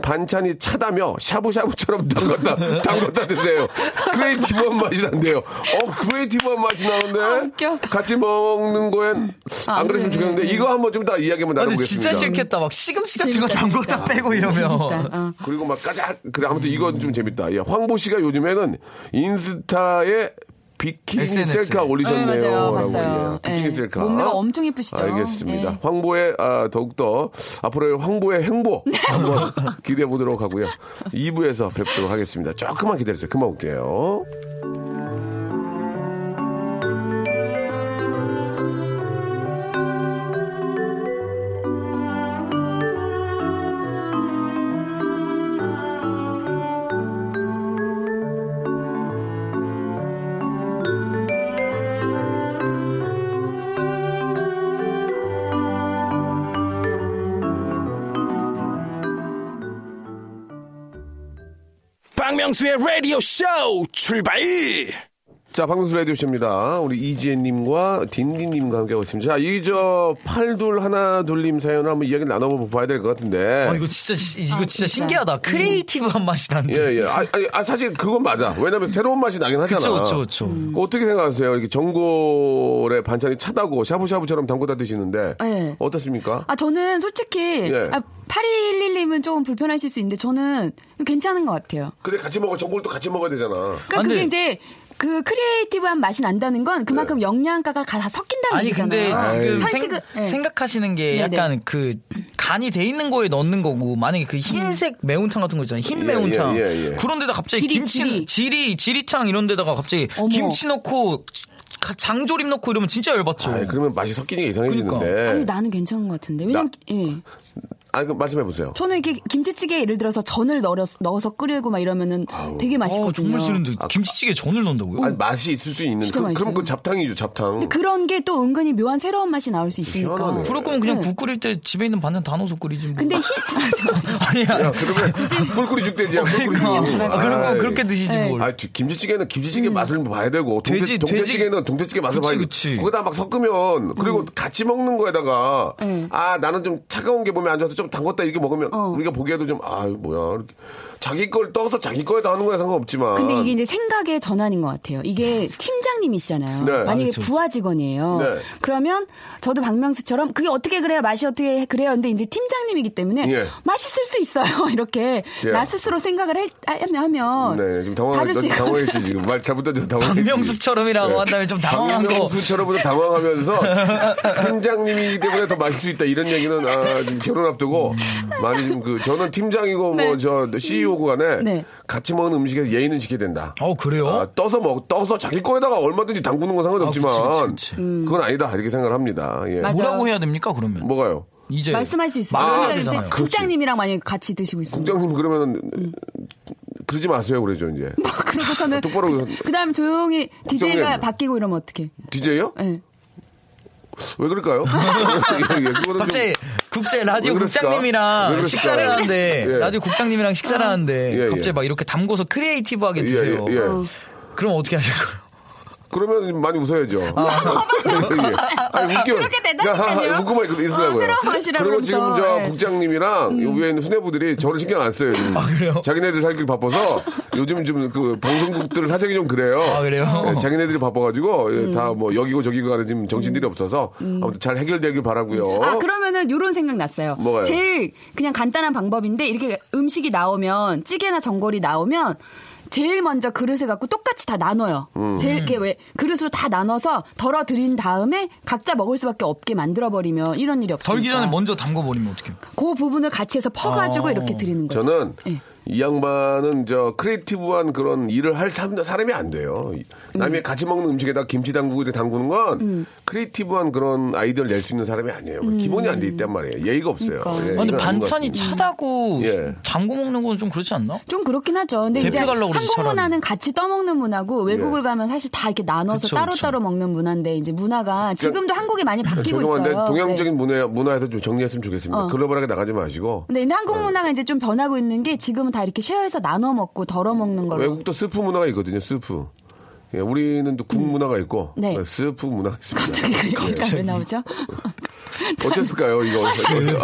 반찬이 차다며 샤브샤브처럼 담갔다 담갔다 드세요. 크리에이티브한 맛이 난대요. 어, 크리에이티브한 맛이 나는데 아, 웃겨. 아, 네. 같이 먹는 거엔 안 그랬으면 좋겠는데 이거 한번 좀 더 이야기 한번 아, 근데 나눠보겠습니다. 진짜 싫겠다. 막 시금치 같은 거 담궜다 빼고 이러면. 일단, 어. 그리고 막 까작 그래 아무튼 이건 좀 재밌다. 예, 황보 씨가 요즘에는 인스타에 비키니 SNS 에. 셀카 올리셨네요. 네, 맞아요. 라고, 봤어요. 예, 비키니 예. 셀카. 몸매가 엄청 예쁘시죠? 알겠습니다. 예. 황보의 아, 더욱더 앞으로의 황보의 행보 네. 한번 기대해 보도록 하고요. 2부에서 뵙도록 하겠습니다. 조금만 기다리세요. 그만 올게요. 박명수의 라디오 쇼 출발! 자, 박명수 라디오쇼입니다. 우리 이지혜님과 딘딘님과 함께하고 있습니다. 자, 이 저 팔돌 하나 둘님 사연을 한번 이야기를 나눠봐야 될 것 같은데. 어, 이거 진짜 시- 이거 진짜 진짜. 신기하다. 크리에이티브한 맛이 난다. 예, 예. 아, 아니, 아, 사실 그건 맞아. 왜냐면 새로운 맛이 나긴 하잖아. 그쵸, 그쵸, 그쵸. 음. 그거 어떻게 생각하세요? 이렇게 전골에 반찬이 차다고 샤브샤브처럼 담고 다 드시는데. 네. 어떻습니까? 아, 저는 솔직히 예. 아, 8111님은 조금 불편하실 수 있는데 저는 괜찮은 것 같아요. 근데 같이 먹어. 전골도 같이 먹어야 되잖아. 그러니까 아, 근데- 그게 이제 그 크리에이티브한 맛이 난다는 건 그만큼 네. 영양가가 다 섞인다는 아니 근데 얘기잖아요. 지금 한식은- 예. 생, 각하시는게 네, 약간 그 간이 돼 있는 거에 넣는 거고 만약에 그 흰색 음. 매운탕 같은 거 있잖아요 흰 예, 매운탕 예, 예, 예. 그런 데다 갑자기 지리, 김치 지리. 지리 지리탕 이런 데다가 갑자기 어머. 김치 넣고 가- 장조림 넣고 이러면 진짜 열받죠 아, 그러면 맛이 섞이니까 이상해지는데. 그러니까. 아니 나는 괜찮은 것 같은데 왜냐면 예. 아, 그 말씀해 보세요. 저는 이렇게 김치찌개 예를 들어서 전을 넣어, 넣어서 끓이고 막 이러면은 되게 어, 맛있거든요. 아, 정말 싫은데 김치찌개 전을 넣는다고요? 아니, 맛이 있을 수 있는. 진짜 그, 그럼 맛있어요. 그 잡탕이죠, 잡탕. 근데 그런 게 또 은근히 묘한 새로운 맛이 나올 수 있으니까. 희한하네. 그럴 거면 그냥 네. 국 끓일 때 집에 있는 반찬 다 넣어서 끓이지 뭐. 근데 희- 아니야 그러면 꿀꿀이 죽대지야, 어, 꿀꿀이 그러니까 죽. 아, 그런 거 아이. 그렇게 드시지 네. 뭘 아, 뒤- 김치찌개는 김치찌개 맛을 봐야 되고 동태, 음. 돼지- 동태찌개는 돼지- 동태찌개 맛을 그치, 봐야 그치. 음. 되고 거기다 막 섞으면 그리고 같이 먹는 거에다가 네. 음. 아 나는 좀 차가운 게 몸에 안 좋아서 좀 담궜다 이렇게 먹으면 어. 우리가 보기에도 좀아 뭐야 이렇게 자기 걸 떠서 자기 거에다 하는 거야 상관없지만 근데 이게 이제 생각의 전환인 것 같아요. 이게 팀장님이시잖아요. 네. 아, 만약에 그렇죠. 부하 직원이에요. 네. 그러면 저도 박명수처럼 그게 어떻게 그래야 맛이 어떻게 그래요. 근데 이제 팀장님이기 때문에 예. 맛있을 수 있어요. 이렇게 예. 나 스스로 생각을 할- 하면 하면 네 지금 당황해 다를 수 너 있- 당황했지 지금 말 잘못해서 그 당황했지 박명수처럼이라고 네. 한다면 좀 당황한 거 박명수처럼부터 당황하면서 팀장님이기 때문에 더 맛있을 수 있다 이런 얘기는 아, 지금 결혼 앞두고 많이 지금 그 저는 팀장이고 네. 뭐 저 CEO고 간에 네. 같이 먹는 음식에 예의는 지켜야 된다. 어 그래요? 아, 떠서 먹 떠서 자기 거에다가 얼마든지 담그는 건 상관없지만 아, 그치, 그치, 그치. 건 아니다 이렇게 생각을 합니다. 예. 음. 맞아. 뭐라고 해야 됩니까 그러면? 뭐가요? 이제 말씀할 수 있어요. 말을 해야 팀장님한테 되잖아요. 국장님이랑 만약에 같이 드시고 있으면 국장님 그러면 음. 그러지 마세요 그러죠 이제 그러고서는 똑바로 그다음 조용히 DJ가 아, 뭐- 국장님. 바뀌고 이러면 어떻게? DJ요? 예. 왜 그럴까요? 예, 예, 그거는 좀- 갑자기 국제 라디오 왜 그랬을까? 왜 국장님이랑 그랬을까? 식사를 하는데 예. 라디오 국장님이랑 식사를 아. 하는데 예, 예. 갑자기 막 이렇게 담궈서 크리에이티브하게 드세요. 예, 예, 어. 예. 그럼 어떻게 하실 거예요? 그러면 많이 웃어야죠. 예. 아니, 웃겨. 아. 그렇게 대답하니까요. 웃고만 있- 있으라고요. 어, 새로운 맛이라 그리고 그러면서. 음. 지금 저 예. 국장님이랑 요 위에 있는 수뇌부들이 저를 신경 안 써요. 지금. 아, 그래요? 자기네들 살길 바빠서 요즘 좀 그 방송국들 사정이 좀 그래요. 아, 그래요? 예, 자기네들이 바빠가지고 다 뭐 여기고 저기고 가는 지금 정신들이 없어서 아무튼 잘 해결되길 바라고요. 음. 아 그러면은 요런 생각 났어요. 어? 뭐가요? 제일 그냥 간단한 방법인데 이렇게 음식이 나오면 찌개나 전골이 나오면 제일 먼저 그릇을 갖고 똑같이 다 나눠요. 음. 제일 이렇게 왜 그릇으로 다 나눠서 덜어 드린 다음에 각자 먹을 수밖에 없게 만들어 버리면 이런 일이 없어요. 덜기 전에 뭐- 먼저 담궈 버리면 어떻게? 해요? 그 부분을 같이 해서 퍼가지고 아. 이렇게 드리는 거죠. 저는 예. 이 양반은 저 크리에이티브한 그런 일을 할 사- 사람이 안 돼요. 남이 같이 먹는 음식에다 김치 담그고 이렇게 담그는 건 음. 크리에이티브한 그런 아이디어를 낼 수 있는 사람이 아니에요. 기본이 안 돼 있단 말이에요. 예의가 없어요. 그러니까. 예, 아, 근데 이건 아닌 반찬이 것 같습니다. 차다고 예. 담궈 먹는 건 좀 그렇지 않나? 좀 그렇긴 하죠. 근데 대표 이제 가려고 그러지, 한국 사람이. 문화는 같이 떠먹는 문화고 예. 외국을 가면 사실 다 이렇게 나눠서 그쵸, 그쵸. 따로따로 먹는 문화인데 이제 문화가 지금도 한국이 많이 바뀌고 그러니까 죄송한데 있어요. 네. 동양적인 문화, 문화에서 좀 정리했으면 좋겠습니다. 어. 글로벌하게 나가지 마시고 네. 근데 한국 문화가 이제 좀 변하고 있는 게 지금은 다 이렇게 쉐어해서 나눠 먹고 덜어 먹는 걸로. 외국도 스프 문화가 있거든요. 스프. 예, 우리는 또 국 문화가 있고 네. 스프 문화가 있습니다. 갑자기 그 얘기가 왜 나오죠? 어쨌을까요, 이거.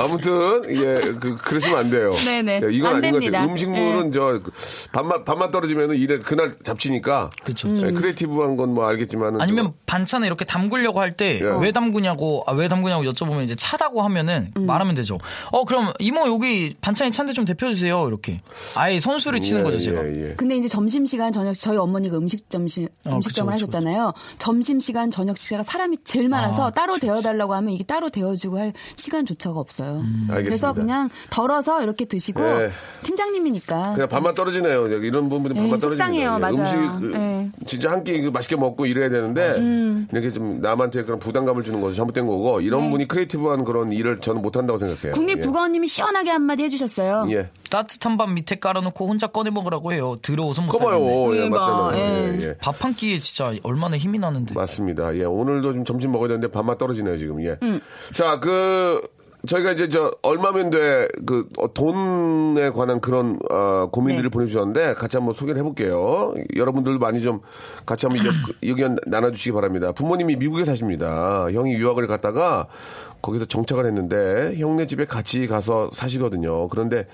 아무튼, 예, 그, 그러시면 안 돼요. 네네. 예, 이건 안 아닌 것 됩니다. 예. 같아요. 음식물은 저, 그, 밥만, 밥만 떨어지면은 일에 그날 잡치니까. 그쵸. 예, 크리에이티브한 건 뭐 알겠지만은. 아니면 좀- 반찬에 이렇게 담그려고 할 때 예. 왜 담그냐고 아, 왜 담그냐고 여쭤보면 이제 차다고 하면은 음. 말하면 되죠. 어 그럼 이모 여기 반찬이 찬데 좀 데펴 주세요. 이렇게 아예 선수를 치는 예, 거죠 제가. 예, 예. 근데 이제 점심시간 저녁 저희 어머니가 음식점 시, 어, 음식점을 그쵸, 그쵸, 하셨잖아요. 점심시간 저녁 시간 사람이 제일 많아서 따로 데워 달라고 하면 이게 따로 데워 주고 할 시간조차가 없어요. 음. 알겠습니다. 그래서 그냥 덜어서 이렇게 드시고 네. 팀장님이니까 그냥 밥만 떨어지네요. 여기 이런 분들이 예, 밥만 떨어지네요. 속상해요. 예, 맞아요. 음식, 예. 음. 진짜 한 끼그 맛있게 먹고 이래야 되는데, 이렇게 좀 남한테 그런 부담감을 주는 것은 잘못된 거고, 이런 분이 크리에이티브한 그런 일을 저는 못한다고 생각해요. 예. 네. 국립국어원님이 시원하게 한마디 해주셨어요. 예. 따뜻한 밥 밑에 깔아놓고 혼자 꺼내 먹으라고 해요. 들어오서 못 사는데. 커봐요. 예, 예, 맞잖아요. 예. 예, 예. 밥 한 끼에 진짜 얼마나 힘이 나는데. 맞습니다. 예, 오늘도 좀 점심 먹어야 되는데 밥맛 떨어지네요, 지금. 예. 자, 그 저희가 이제 저 얼마면 돼그 어, 돈에 관한 그런 어, 고민들을 네. 보내주셨는데 같이 한번 소개를 해볼게요. 여러분들도 많이 좀 같이 한번 이제 의견 나눠주시기 바랍니다. 부모님이 미국에 사십니다. 형이 유학을 갔다가 거기서 정착을 했는데 형네 집에 같이 가서 사시거든요. 그런데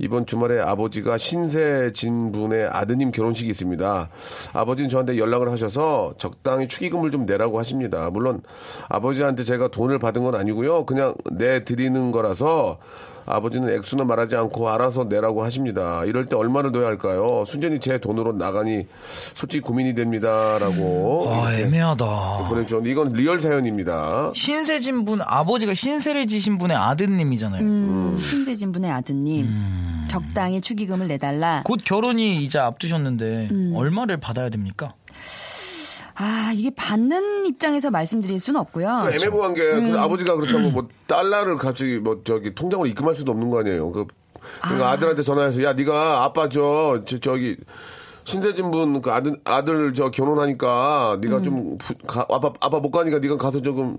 이번 주말에 아버지가 신세 진 분의 아드님 결혼식이 있습니다. 아버지는 저한테 연락을 하셔서 적당히 축의금을 좀 내라고 하십니다. 물론 아버지한테 제가 돈을 받은 건 아니고요. 그냥 내 드리는 거라서 아버지는 액수는 말하지 않고 알아서 내라고 하십니다. 이럴 때 얼마를 넣어야 할까요? 순전히 제 돈으로 나가니 솔직히 고민이 됩니다라고 아, 이렇게 애매하다. 보내주셨는데 이건 리얼 사연입니다. 신세진 분 아버지가 신세를 지신 분의 아드님이잖아요. 음, 신세진 분의 아드님 음. 적당히 축의금을 내달라. 곧 결혼이 이제 앞두셨는데 음. 얼마를 받아야 됩니까? 아 이게 받는 입장에서 말씀드릴 수는 없고요. 네. 애매모호한 게그 음. 아버지가 그렇다고 뭐 달러를 갑자기 뭐 저기 통장으로 입금할 수도 없는 거 아니에요. 그 그러니까 아. 들한테 전화해서 야 네가 아빠 저, 저, 기 신세진 분그 아들 아들 저 결혼하니까 네가 음. 좀 부- 가- 아빠 아빠 못 가니까 네가 가서 조금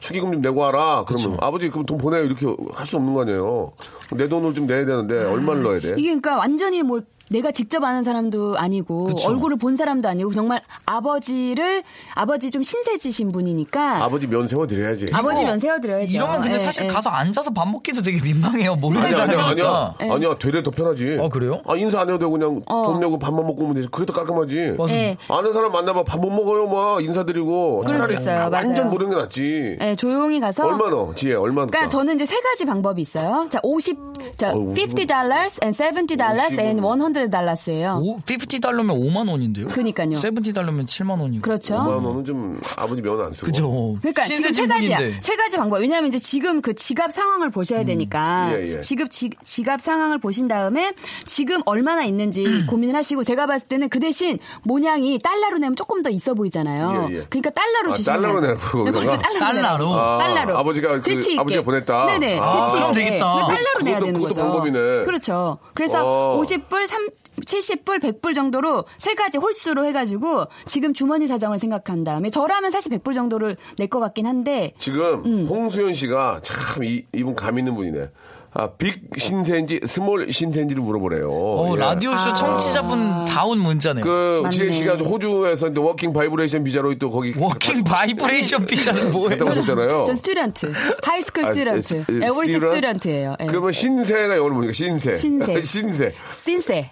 축의금 좀 내고 와라. 그러면 아버지 그럼 돈 보내요 이렇게 할 수 없는 거 아니에요. 내 돈을 좀 내야 되는데 얼마를 넣어야 돼? 아. 이게 그러니까 완전히 뭐 내가 직접 아는 사람도 아니고 그쵸. 얼굴을 본 사람도 아니고 정말 아버지를 아버지 좀 신세지신 분이니까 아버지 면 세워 드려야지. 아, 아버지 이거- 면 세워드려야죠. 이러면 근데 예, 사실 예. 가서 앉아서 밥 먹기도 되게 민망해요. 모르는 아니야 아니야 아니야 사람이니까. 아니야 되려 더 편하지. 아, 그래요? 아 인사 안 해도 되고 그냥 네. 어. 돈 내고 밥만 먹고 오면 되지. 그게 더 깔끔하지. 맞아. 예. 아는 사람 만나봐 밥 못 먹어요 막 인사드리고 그럴 수 차라리 있어요. 완전 그렇죠. 맞아요. 모르는 게 낫지 예, 조용히 가서 얼마 넣어 지혜 얼마 넣어 그러니까 저는 이제 세 가지 방법이 있어요. 자, 50, 자, 어, 50은- 50 dollars and 70 dollars and 100 dollars예요. 오, 50달러면 5만 원인데요? 그러니까요. 70달러면 7만 원이고. 그렇죠. 5만 원은 뭐 좀 아버지 면 안 쓰고 그죠. 그러니까 지금 세 신세진 가지야. 분인데. 세 가지 방법. 왜냐하면 이제 지금 그 지갑 상황을 보셔야 되니까 예, 예. 지금 지, 지갑 상황을 보신 다음에 지금 얼마나 있는지 음. 고민을 하시고 제가 봤을 때는 그 대신 모양이 달러로 내면 조금 더 있어 보이잖아요. 예, 예. 그러니까 달러로 아, 주시면 달러로 돼요. 내라고 네, 그렇죠. 그러다가? 달러로. 달러로. 내라고. 아, 달러로. 아버지가 그- 재치 있게. 아버지가 보냈다. 네네. 아, 재치 그럼 있게. 되겠다. 그러니까 달러로 내야 그것도- 되는 그것도 거죠. 방법이네. 그렇죠. 그래서 어. 50불, 3, 70불, 100불 정도로 세 가지 홀수로 해가지고 지금 주머니 사정을 생각한 다음에 저라면 사실 100불 정도를 낼 것 같긴 한데 지금 음. 홍수연 씨가 참 이, 이분 감 있는 분이네 아, 빅 신세인지 스몰 신세인지를 물어보래요 어, 예. 아. 라디오쇼 청취자분 다운 문자네요. 그 맞네. 지혜 씨가 호주에서 이제 워킹 바이브레이션 비자로 또 거기 워킹 바이브레이션 피자는 뭐예요? 갔다 오셨잖아요 네. 전 스튜던트, 하이스쿨 어. 아, 스튜던트, 예, 스- 에월스 스튜던? 스튜던트예요. 예. 그러면 신세가 영어로 보니까 신세 신세. 신세 신세,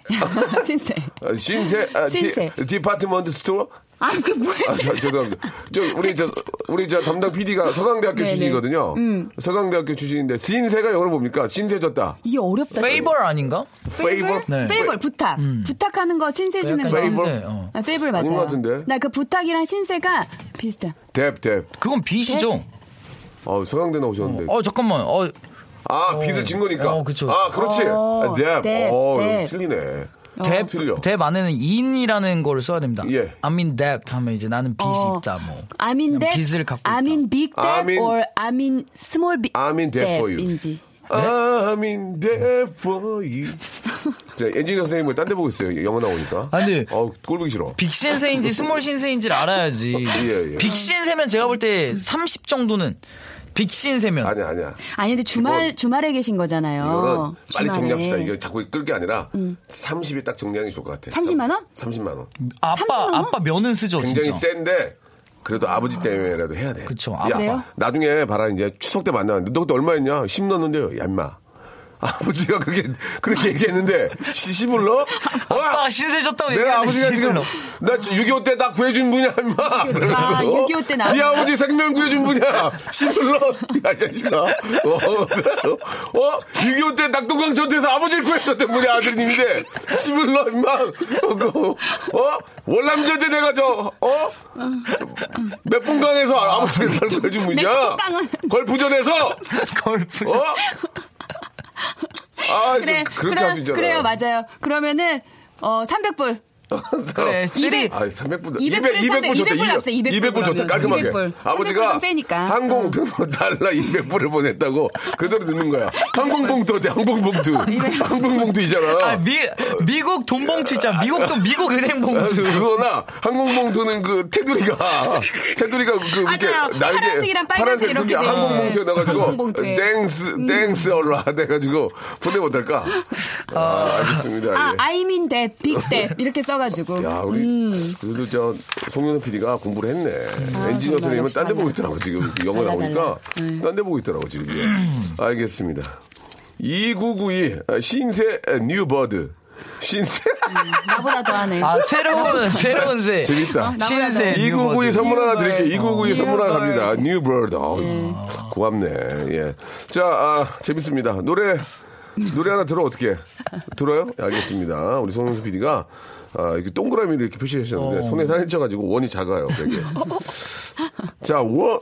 신세. 아, 신세 아, 신세. 디, 디파트먼트 스토어 아, 그 뭐야? 아, 저, 신세. 죄송합니다. 저, 우리 저, 우리 저 담당 PD가 서강대학교 네네. 출신이거든요. 서강대학교 출신인데, 신세가 영어로 뭡니까? 신세졌다. 이게 어렵다. 페이버 아닌가? 페이벌? 네. 그 페이벌 부탁. 부탁하는 거 신세 주는 거. 약간 페이버? 신세, 어. 아, 페이벌 아닌 맞아요. 것 같은데. 나 그 부탁이랑 신세가 비슷해. 뎁, 뎁. 그건 빚이죠. 어, 서강대 나오셨는데. 어 잠깐만. 어 아, 빚을 진 거니까. 어, 그쵸. 아, 그렇지. 어, 아, 뎁. 뎁, 어, 뎁. 틀리네. 뎁, 틀려. 뎁 안에는 인이라는 거를 써야 됩니다. 아, 예. I mean debt 하면 이제 나는 빚이 어. 있다 뭐. I'm in 그냥 debt, 빚을 갖고 있다. I'm in big debt, I'm in- or I'm in small big I'm in debt for you. 인지. I'm in debt for you. 자, 엔지니어 선생님 왜 딴 데 보고 있어요? 영어 나오니까. 아, 근데- 어, 꼴보기 싫어. 빅 신세인지 스몰 신세인지를 알아야지. 예, 예. 빅 신세면 제가 볼 때 30 정도는 빅 신세면 아니야, 아니야. 아니 근데 주말 이건- 주말에 계신 거잖아요. 이거는 빨리 주말에. 정리합시다. 이거 자꾸 끌 게 아니라 30에 딱 정리하는 게 좋을 것 같아. 30만 원? 30만 원. 아빠 30만 원? 아빠 면은 쓰죠 굉장히 진짜. 센데 그래도 아버지 때문에라도 해야 돼. 그쵸. 야, 아, 그래요? 나중에 봐라 이제 추석 때 만나는데 너 그때 얼마였냐? 10 넣었는데요. 야 인마. 아버지가 그게 그렇게 얘기했는데 10을 넣어? 아빠 어? 신세졌다고 내가 얘기하는데 아버지가 지금 지금 나6.25 때 나 구해준 분이야 인마. 아, 6.25때 나온 네 거야. 아버지 생명 구해준 분이야. 10을 넣어. 야, 이 자식아. 어? 어? 6.25 때 낙동강 전투에서 아버지를 구했던 분이 아드님인데 10을 넣어 인마. 어? 월남전 때 내가 저 어? 맥분강에서 아버지를 달고 해준 분이야. 맥북강은. 걸프전에서 골프. 어? 아, 그래 그렇게 할 수 있잖아. 그래요 맞아요. 그러면은 어 300불 그래, 쓰리. 아, 300불. 200, 200불 좋다. 200불 값에 200불 200불 좋다. 그러면. 깔끔하게. 200불. 아버지가 300불 좀 세니까. 어. 항공편으로 달러 200불을 보냈다고 그대로 넣는 거야. 항공봉투 어때? 항공봉투. 항공봉투 있잖아. 아, 미, 미국 돈 봉투 있잖아. 미국 돈, 미국 은행 봉투. 아, 그거나 항공봉투는 그 테두리가 테두리가 그 밑에 맞아요. 날개 파란색이랑 빨간색 파란색 이렇게 두개 돼요. 항공봉투에 넣어가지고 항공봉투에. 음. 땡스 땡스 얼라 돼가지고 보내면 어떨까? 아, 알겠습니다. 아, 예. I'm in that, big that. 이렇게 써가지고. 음, 야, 우리, 그래도 저, 송윤호 PD가 공부를 했네. 엔지니어 아, 정말 선생님은 역시 딴 데 보고 달라. 있더라고, 지금. 영어 달라, 나오니까. 달라. 네. 딴 데 보고 있더라고, 지금. 예. 알겠습니다. 2992, 아, 신세 아, 뉴버드. 신세? 나보다 더 하네. 아, 새로운, 새로운 새. 어. 재밌다. 나보다 신세. 더. 네. 2992 선물 하나 드릴게요. 2992 뉴버드. 선물 하나 갑니다. 뉴버드. 뉴버드. 어, 고맙네. 예. 자, 아, 재밌습니다. 노래, 노래 하나 들어, 어떻게? 들어요? 예, 알겠습니다. 우리 송영수 PD가. 아, 이렇게 동그라미를 이렇게 표시하셨는데, 손에 살이 쪄가지고 원이 작아요, 되게. 자, 워,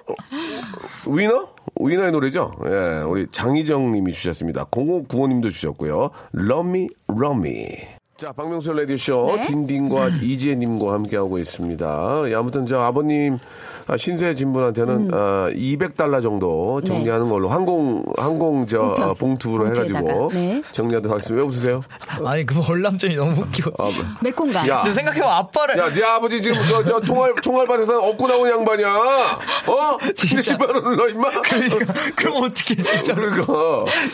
위너? 위너의 노래죠? 예, 우리 장희정 님이 주셨습니다. 0595 님도 주셨고요. 러미, 러미. 자, 박명수 레디쇼, 네. 딘딘과 이지혜 님과 함께하고 있습니다. 예, 아무튼 저 아버님, 아, 신세 진분한테는 아, 200달러 정도 정리하는 걸로 항공, 항공 저 우편. 아, 봉투로 해가지고 봉투에다가. 네. 정리하도록 하겠습니다. 왜 웃으세요? 아니, 그 월남전이 너무 웃겨. 메콩가. 야. 지금 아. 생각해보면 아빠를. 야, 네 아버지 지금 저, 저 총알, 총알밭에서 얻고 나온 양반이야. 어? 진짜. 70만원 넣어, 임마? 그러니까, 그럼 어떻게 진짜. 그러니까.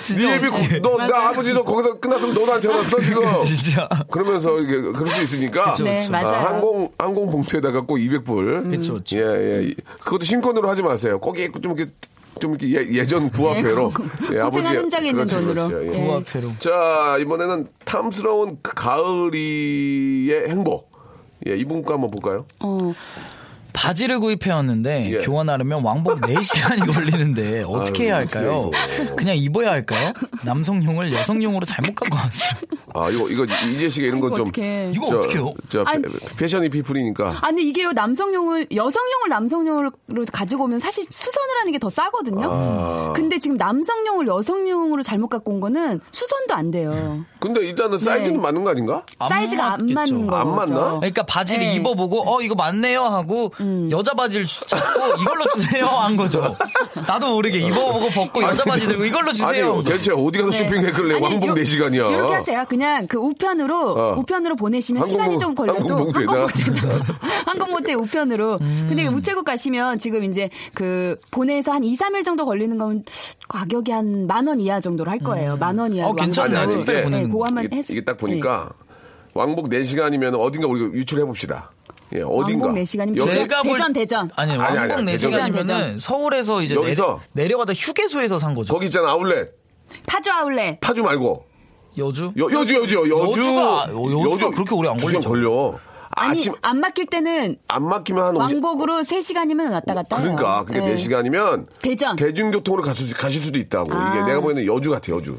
진짜 네 애비, 어떡해. 너, 나 아버지도 거기서 끝났으면 너도 안 태어났어, 지금. 진짜. 그러면서 이게 그럴 수 있으니까. 네, 그쵸. 맞아요. 항공, 항공 봉투에다가 꼭 200불. 음. 그쵸, 그쵸. 예, 예. 이- 그것도 신권으로 하지 마세요. 거기 좀 이렇게, 좀 이렇게 예, 예전 부화폐로. 네, 예, 고생한 아버지의- 흔적이 있는 그렇지, 돈으로. 그렇지, 예. 부하패로. 자, 이번에는 탐스러운 그 가을이의 행복. 예, 이분 거 한번 볼까요? 어. 바지를 구입해왔는데 예. 교환하려면 왕복 4시간이 걸리는데 어떻게 해야 아유, 할까요? 어떡해, 이거. 그냥 입어야 할까요? 남성용을 여성용으로 잘못 갖고 왔어요. 아, 이거, 이거, 이재 씨가 이런 건 이거 좀. 어떡해. 이거 저, 어떡해요? 저, 아니. 패- 패션이 피플이니까. 아니 이게요 남성용을 여성용을 남성용으로 가지고 오면 사실 수선을 하는 게 더 싸거든요. 아. 근데 지금 남성용을 여성용으로 잘못 갖고 온 거는 수선도 안 돼요. 근데 일단은 사이즈는 네. 맞는 거 아닌가? 안 사이즈가 안 맞겠죠. 맞는 거죠. 안 맞나? 그러니까 바지를 네. 입어보고 어 이거 맞네요 하고 여자 바지를 잡고 이걸로 주세요 한 거죠. 나도 모르게 입어보고 벗고 여자 바지 들고 이걸로 주세요. 아니, 대체 어디 가서 쇼핑했길래 네. 아니, 왕복 요- 4시간이야. 이렇게 하세요. 그냥 그 우편으로 어. 우편으로 보내시면 항공 시간이 봉- 좀 걸려도 항공 봉투에다. 항공모태 우편으로. 음. 근데 우체국 가시면 지금 이제 그 보내서 한 2, 3일 정도 걸리는 건 가격이 한 만 원 이하 정도로 할 거예요. 만 원 이하. 어, 괜찮네. 음. 아니, 아니, 이게- 네, 그거 한번 이게, 했- 이게 딱 네. 보니까 왕복 4시간이면 어딘가 우리가 유출해 봅시다. 예, 어딘가. 왕복 4시간이면 여기- 진짜 대전, 대전. 아니 아니, 왕복 아니, 대전, 4시간이면은 대전. 서울에서 이제 여기서? 내려, 가다 휴게소에서 산 거죠. 거기 있잖아, 아울렛. 네. 파주 아울렛. 파주 말고. 여주? 여, 여주, 여주, 여주. 여주가- 여주가 그렇게 오래 안 두 시간 걸리죠. 걸려. 아니 아침, 안 맡길 때는 안 막히면 한 50, 왕복으로 3시간이면 왔다 갔다 해요. 그러니까 그게 네. 네. 4시간이면 대전. 아. 대중교통으로 가실, 수- 가실 수도 있다고. 이게 내가 보기에는 여주 같아, 여주.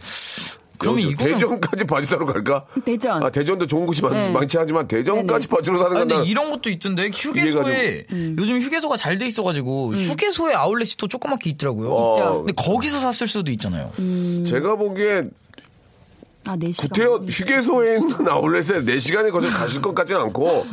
그러면 여주. 이거는- 대전까지 바지 사러 갈까? 대전. 아, 대전도 좋은 곳이 많, 네. 많지 하지만 대전까지 바지로 사는 아니, 건 근데 나는 이런 것도 있던데 휴게소에 이래가지고. 음. 요즘 휴게소가 잘 돼 있어가지고 휴게소에 아울렛이 또 조그맣게 있더라고요. 있죠. 근데 거기서 샀을 수도 있잖아요. 음. 제가 보기에 아, 4시간. 구태여 휴게소에 있는 아울렛에 4시간에 걸쳐 가실 것 같지는 않고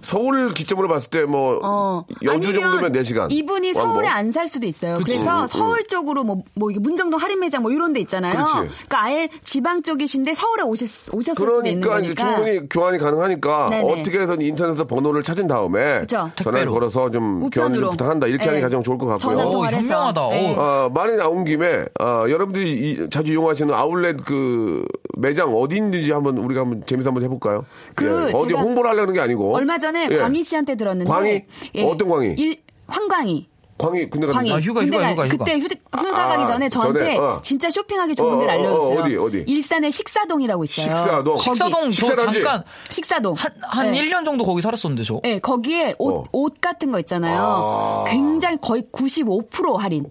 서울 기점으로 봤을 때 뭐 어. 여주 아니면 정도면 4시간. 음, 이분이 서울에 안 살 수도 있어요. 그치. 그래서 서울 쪽으로 뭐, 뭐 이게 문정동 할인 매장 뭐 이런 데 있잖아요. 그렇지. 러니까 아예 지방 쪽이신데 서울에 오셨, 오셨을 수도 있는 그러니까 이제 거니까. 충분히 교환이 가능하니까 네네. 어떻게 해서 인터넷에서 번호를 찾은 다음에 그쵸. 전화를 택배로. 걸어서 좀 교환 좀 우편으로. 부탁한다 이렇게 하는 게 네. 가장 좋을 것 같고요. 전화 오, 통화를 해서. 현명하다. 네. 오. 아, 말이 나온 김에 아, 여러분들이 이- 자주 이용하시는 아울렛 그 매장 어디 있는지 한번 우리가 한번 재미삼아 한번 해볼까요? 그 예, 어디 제가 홍보를 하려는 게 아니고 얼마 전에 예. 광희 씨한테 들었는데. 예. 광희? 어떤 광희? 일- 황광희. 광희 군대 가는 광희. 아, 휴가, 휴가, 근데 나 휴가, 휴가. 그때 휴, 휴가 가기 아, 전에 저한테 전에, 어. 진짜 쇼핑하기 좋은 어, 어, 데를 어, 알려줬어요. 어디, 어디? 일산의 식사동이라고 있어요. 식사동. 거기. 식사동 저 식사단지. 잠깐 식사동. 한, 한 네. 1년 정도 거기 살았었는데, 저. 네, 거기에 옷, 어. 옷 같은 거 있잖아요. 아. 굉장히 거의 95% 할인.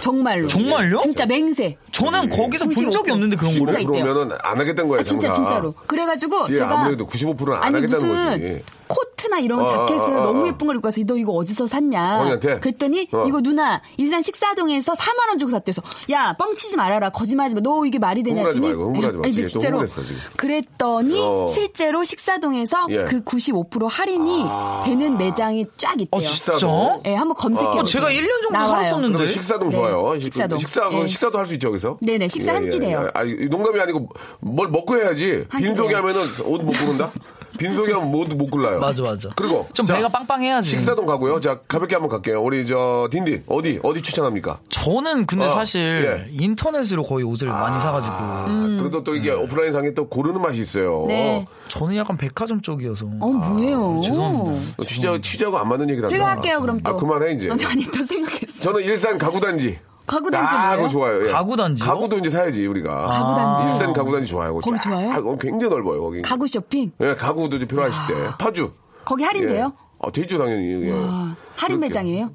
정말로. 정말요? 진짜 맹세. 저는 네. 거기서 본 적이 95%. 없는데 그런 진짜 거를. 그러니까 있대요. 그러면은 안 하겠다는 거야 아, 진짜 장사. 진짜로. 그래가지고 예, 제가 아무래도 95%는 안 아니 하겠다는 무슨 거지. 예. 코트나 하나 이런 어, 자켓을 어, 어, 어. 너무 예쁜 걸 입고 와서 너 이거 어디서 샀냐? 거기한테? 그랬더니 어. 이거 누나 일산 식사동에서 4만 원 주고 샀대서 야 뻥치지 말아라 거짓말하지 마. 너 이게 말이 되냐? 흥분하지 했더니 말고, 흥분하지 마. 아니, 근데 지금 또 진짜로 흥분했어, 지금. 그랬더니 어. 실제로 식사동에서 예. 아. 그 95% 할인이 되는 매장이 쫙 있대요. 어, 진짜? 식사도. 예, 한번 검색해 아, 보세요. 어, 제가 1년 정도 나와요. 살았었는데. 그러면 식사동 네, 좋아요. 식사동. 식사, 예. 식사도 할 수 있죠, 여기서? 예, 네네, 식사 한끼 돼요. 아, 이 농담이 아니고 뭘 먹고 해야지. 한끼 빈속에 돼요. 하면은 옷 못 고른다? 빈속에 하면 뭐 옷못 골라요. 맞아, 맞아. 그리고. 좀 배가 빵빵해야지. 식사동 가고요. 자, 가볍게 한번 갈게요. 우리 저, 딘딘, 어디, 어디 추천합니까? 저는 근데 어, 사실 예. 아. 인터넷으로 거의 옷을 많이 사가지고 음. 그래도 또 이게 오프라인 상에 또 고르는 맛이 있어요. 네. 저는 약간 백화점 쪽이어서 어 뭐예요? 죄송합니다. 어, 취재, 취재하고 안 맞는 얘기를 제가 한다. 할게요 그럼 또. 아, 어, 아, 그만해, 이제. 아니 또 생각했어. 저는 일산 가구단지. 가구 단지 아, 뭐예요? 아. 그거 좋아요. 예. 가구단지요? 가구도 이제 사야지, 우리가. 가구 단지. 일산 가구단지 좋아요. 그거 거기 쫙. 좋아요? 아, 그거 굉장히 넓어요, 거기. 가구 쇼핑. 예, 가구도 좀 필요하실 때. 파주. 거기 할인돼요? 예. 아, 되죠, 당연히. 예. 와, 할인 그렇게. 매장이에요?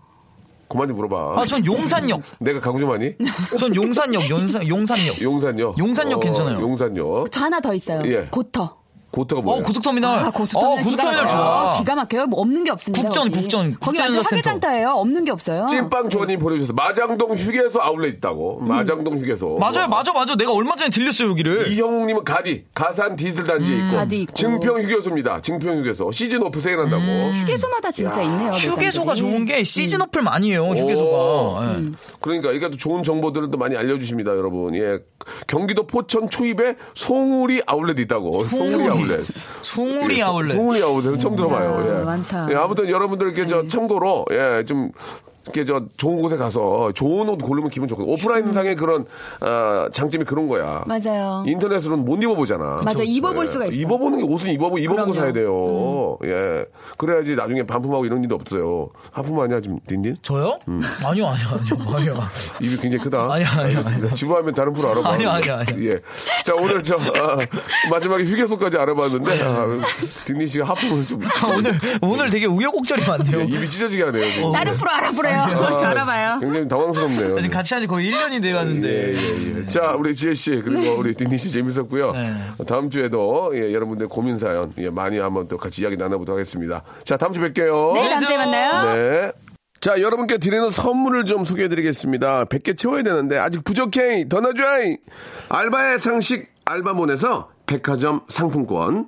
그만 좀 물어봐. 아, 전 용산역. 내가 가구 좀 하니? 네. 전 용산역, 용산, 용산역. 용산역. 용산역 어, 괜찮아요. 용산역. 저 하나 더 있어요. 예. 고터. 고터가 뭐야? 어, 고속터미널. 아, 고속터미널, 어, 기가 고속터미널 막혀요. 좋아. 기가 막혀요. 뭐 없는 게 없습니다. 국전, 거기. 국전, 거기 국전 완전 센터. 사계장터예요. 없는 게 없어요. 찐빵 조아님 보내주셔서 마장동 휴게소 아울렛 있다고. 음. 마장동 휴게소. 맞아요, 맞아, 맞아. 내가 얼마 전에 들렸어요, 여기를. 이형욱님은 가디, 가산 디지털 단지에 있고. 음, 가디 있고. 증평 휴게소입니다. 증평 휴게소. 시즌 오프 세일한다고. 음. 휴게소마다 진짜 있네요. 휴게소가 매장들이. 음. 좋은 게 시즌 어플 많이에요, 휴게소가. 예. 그러니까 이게 또 좋은 정보들을 또 많이 알려주십니다, 여러분. 예, 경기도 포천 초입에 송우리 아울렛 있다고. 송우리 아울렛. 송우리 예, 아울렛. 송우리 아울렛 처음 들어봐요. 예. 많다. 네. 예, 아무튼 여러분들 이렇게 저 참고로 예, 좀 이렇게 저 좋은 곳에 가서 좋은 옷 고르면 기분 좋고 오프라인 상의 그런 아, 장점이 그런 거야. 음. 맞아요. 인터넷으로는 못 입어보잖아. 맞아, 입어볼 예. 수가 있어. 입어보는 게 옷은 입어보 입어보고 그럼요. 음. 사야 돼요. 예, 그래야지 나중에 반품하고 이런 일도 없어요. 하품 아니야 지금 딘딘? 저요? 음. 아니요, 아니요, 아니요, 아니요. 입이 굉장히 크다. 아니야, 아니야, 알겠습니다. 지루하면 다른 프로 알아봐. 아니야, 아니야, 아니야. 예. 자, 오늘 저, 아, 마지막에 휴게소까지 알아봤는데, 아, 딘딘 씨가 하품을 좀. 네. 아, 오늘, 오늘 되게 우여곡절이 많네요. 입이 찢어지게 하네요. 지금. 다른 프로 알아보래요. 저 알아봐요. 굉장히 당황스럽네요. 지금 같이 한 지 거의 1년이 예, 돼가는데. 예, 예. 자, 우리 지혜 씨, 그리고 우리 딘딘 씨 재밌었고요. 네. 다음 주에도 예, 여러분들 고민 사연 예, 많이 한번 또 같이 이야기 나눠보도록 하겠습니다. 자, 다음 주 뵐게요. 네, 다음 주에 만나요. 어. 네. 자, 여러분께 드리는 선물을 좀 소개해 드리겠습니다. 100개 채워야 되는데, 아직 부족해. 더 넣어줘. 알바의 상식 알바몬에서 백화점 상품권.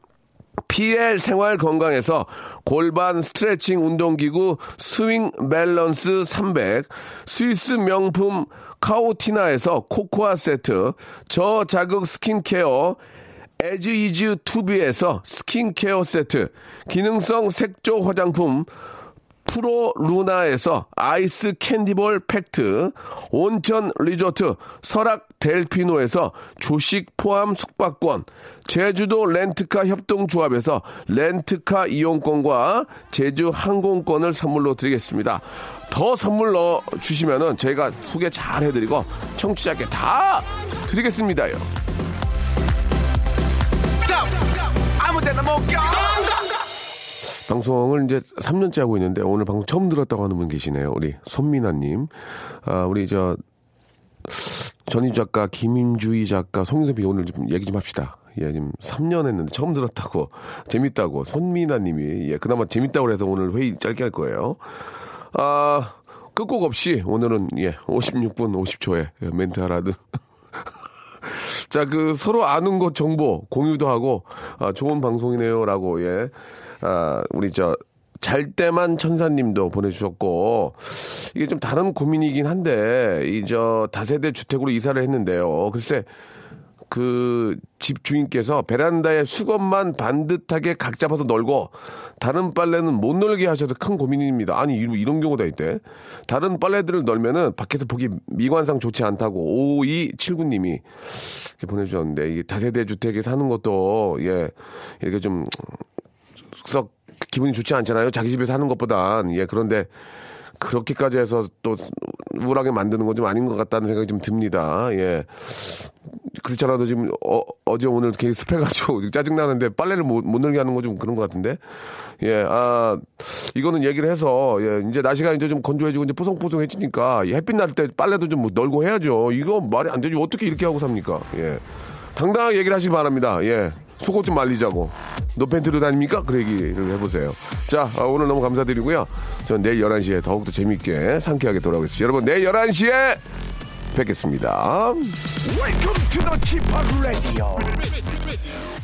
PL 생활 건강에서 골반 스트레칭 운동기구 스윙 밸런스 300, 스위스 명품 카오티나에서 코코아 세트, 저자극 스킨케어, 에즈 이즈 투비에서 스킨케어 세트, 기능성 색조 화장품, 프로 루나에서 아이스 캔디볼 팩트, 온천 리조트 설악 델피노에서 조식 포함 숙박권, 제주도 렌트카 협동조합에서 렌트카 이용권과 제주 항공권을 선물로 드리겠습니다. 더 선물 넣어 주시면은 제가 소개 잘 해드리고 청취자께 다 드리겠습니다요. 방송을 이제 3년째 하고 있는데 오늘 방송 처음 들었다고 하는 분 계시네요. 우리 손민아님, 아, 우리 저 전희 작가, 김임주희 작가, 송윤섭이 오늘 좀 얘기 좀 합시다. 예, 지금 3년 했는데 처음 들었다고 재밌다고 손미나 님이 예, 그나마 재밌다고 해서 오늘 회의 짧게 할 거예요. 아, 끝곡 없이 오늘은 예, 56분 50초에 멘트 하라든 자, 그 서로 아는 것 정보 공유도 하고 아, 좋은 방송이네요라고 예. 아, 우리 저 잘 때만 천사님도 보내주셨고 이게 좀 다른 고민이긴 한데 이 저 다세대 주택으로 이사를 했는데요. 글쎄 그 집 주인께서 베란다에 수건만 반듯하게 각 잡아서 널고 다른 빨래는 못 널게 하셔서 큰 고민입니다. 아니 이런, 이런 경우다 있대. 다른 빨래들을 널면은 밖에서 보기 미관상 좋지 않다고 5279님이 보내주셨는데 이게 다세대 주택에 사는 것도 예 이렇게 좀 썩 기분이 좋지 않잖아요. 자기 집에서 하는 것보단 예 그런데 그렇게까지 해서 또 우울하게 만드는 건 좀 아닌 것 같다는 생각이 좀 듭니다. 예. 그렇지 않아도 지금 어, 제 오늘 되게 습해가지고 짜증나는데 빨래를 못, 못 늘게 하는 거 좀 그런 것 같은데. 예, 아, 이거는 얘기를 해서, 예, 이제 날씨가 이제 좀 건조해지고 이제 포송포송해지니까 이 햇빛 날 때 빨래도 좀 널고 해야죠. 이거 말이 안 되죠. 어떻게 이렇게 하고 삽니까? 예. 당당하게 얘기를 하시기 바랍니다. 예. 속옷 좀 말리자고. 너 팬티로 다닙니까? 그 얘기를 해보세요. 자, 아, 오늘 너무 감사드리고요. 전 내일 11시에 더욱더 재밌게 상쾌하게 돌아오겠습니다. 여러분, 내일 11시에 뵙겠습니다. Welcome to the Chip Radio. ready, ready.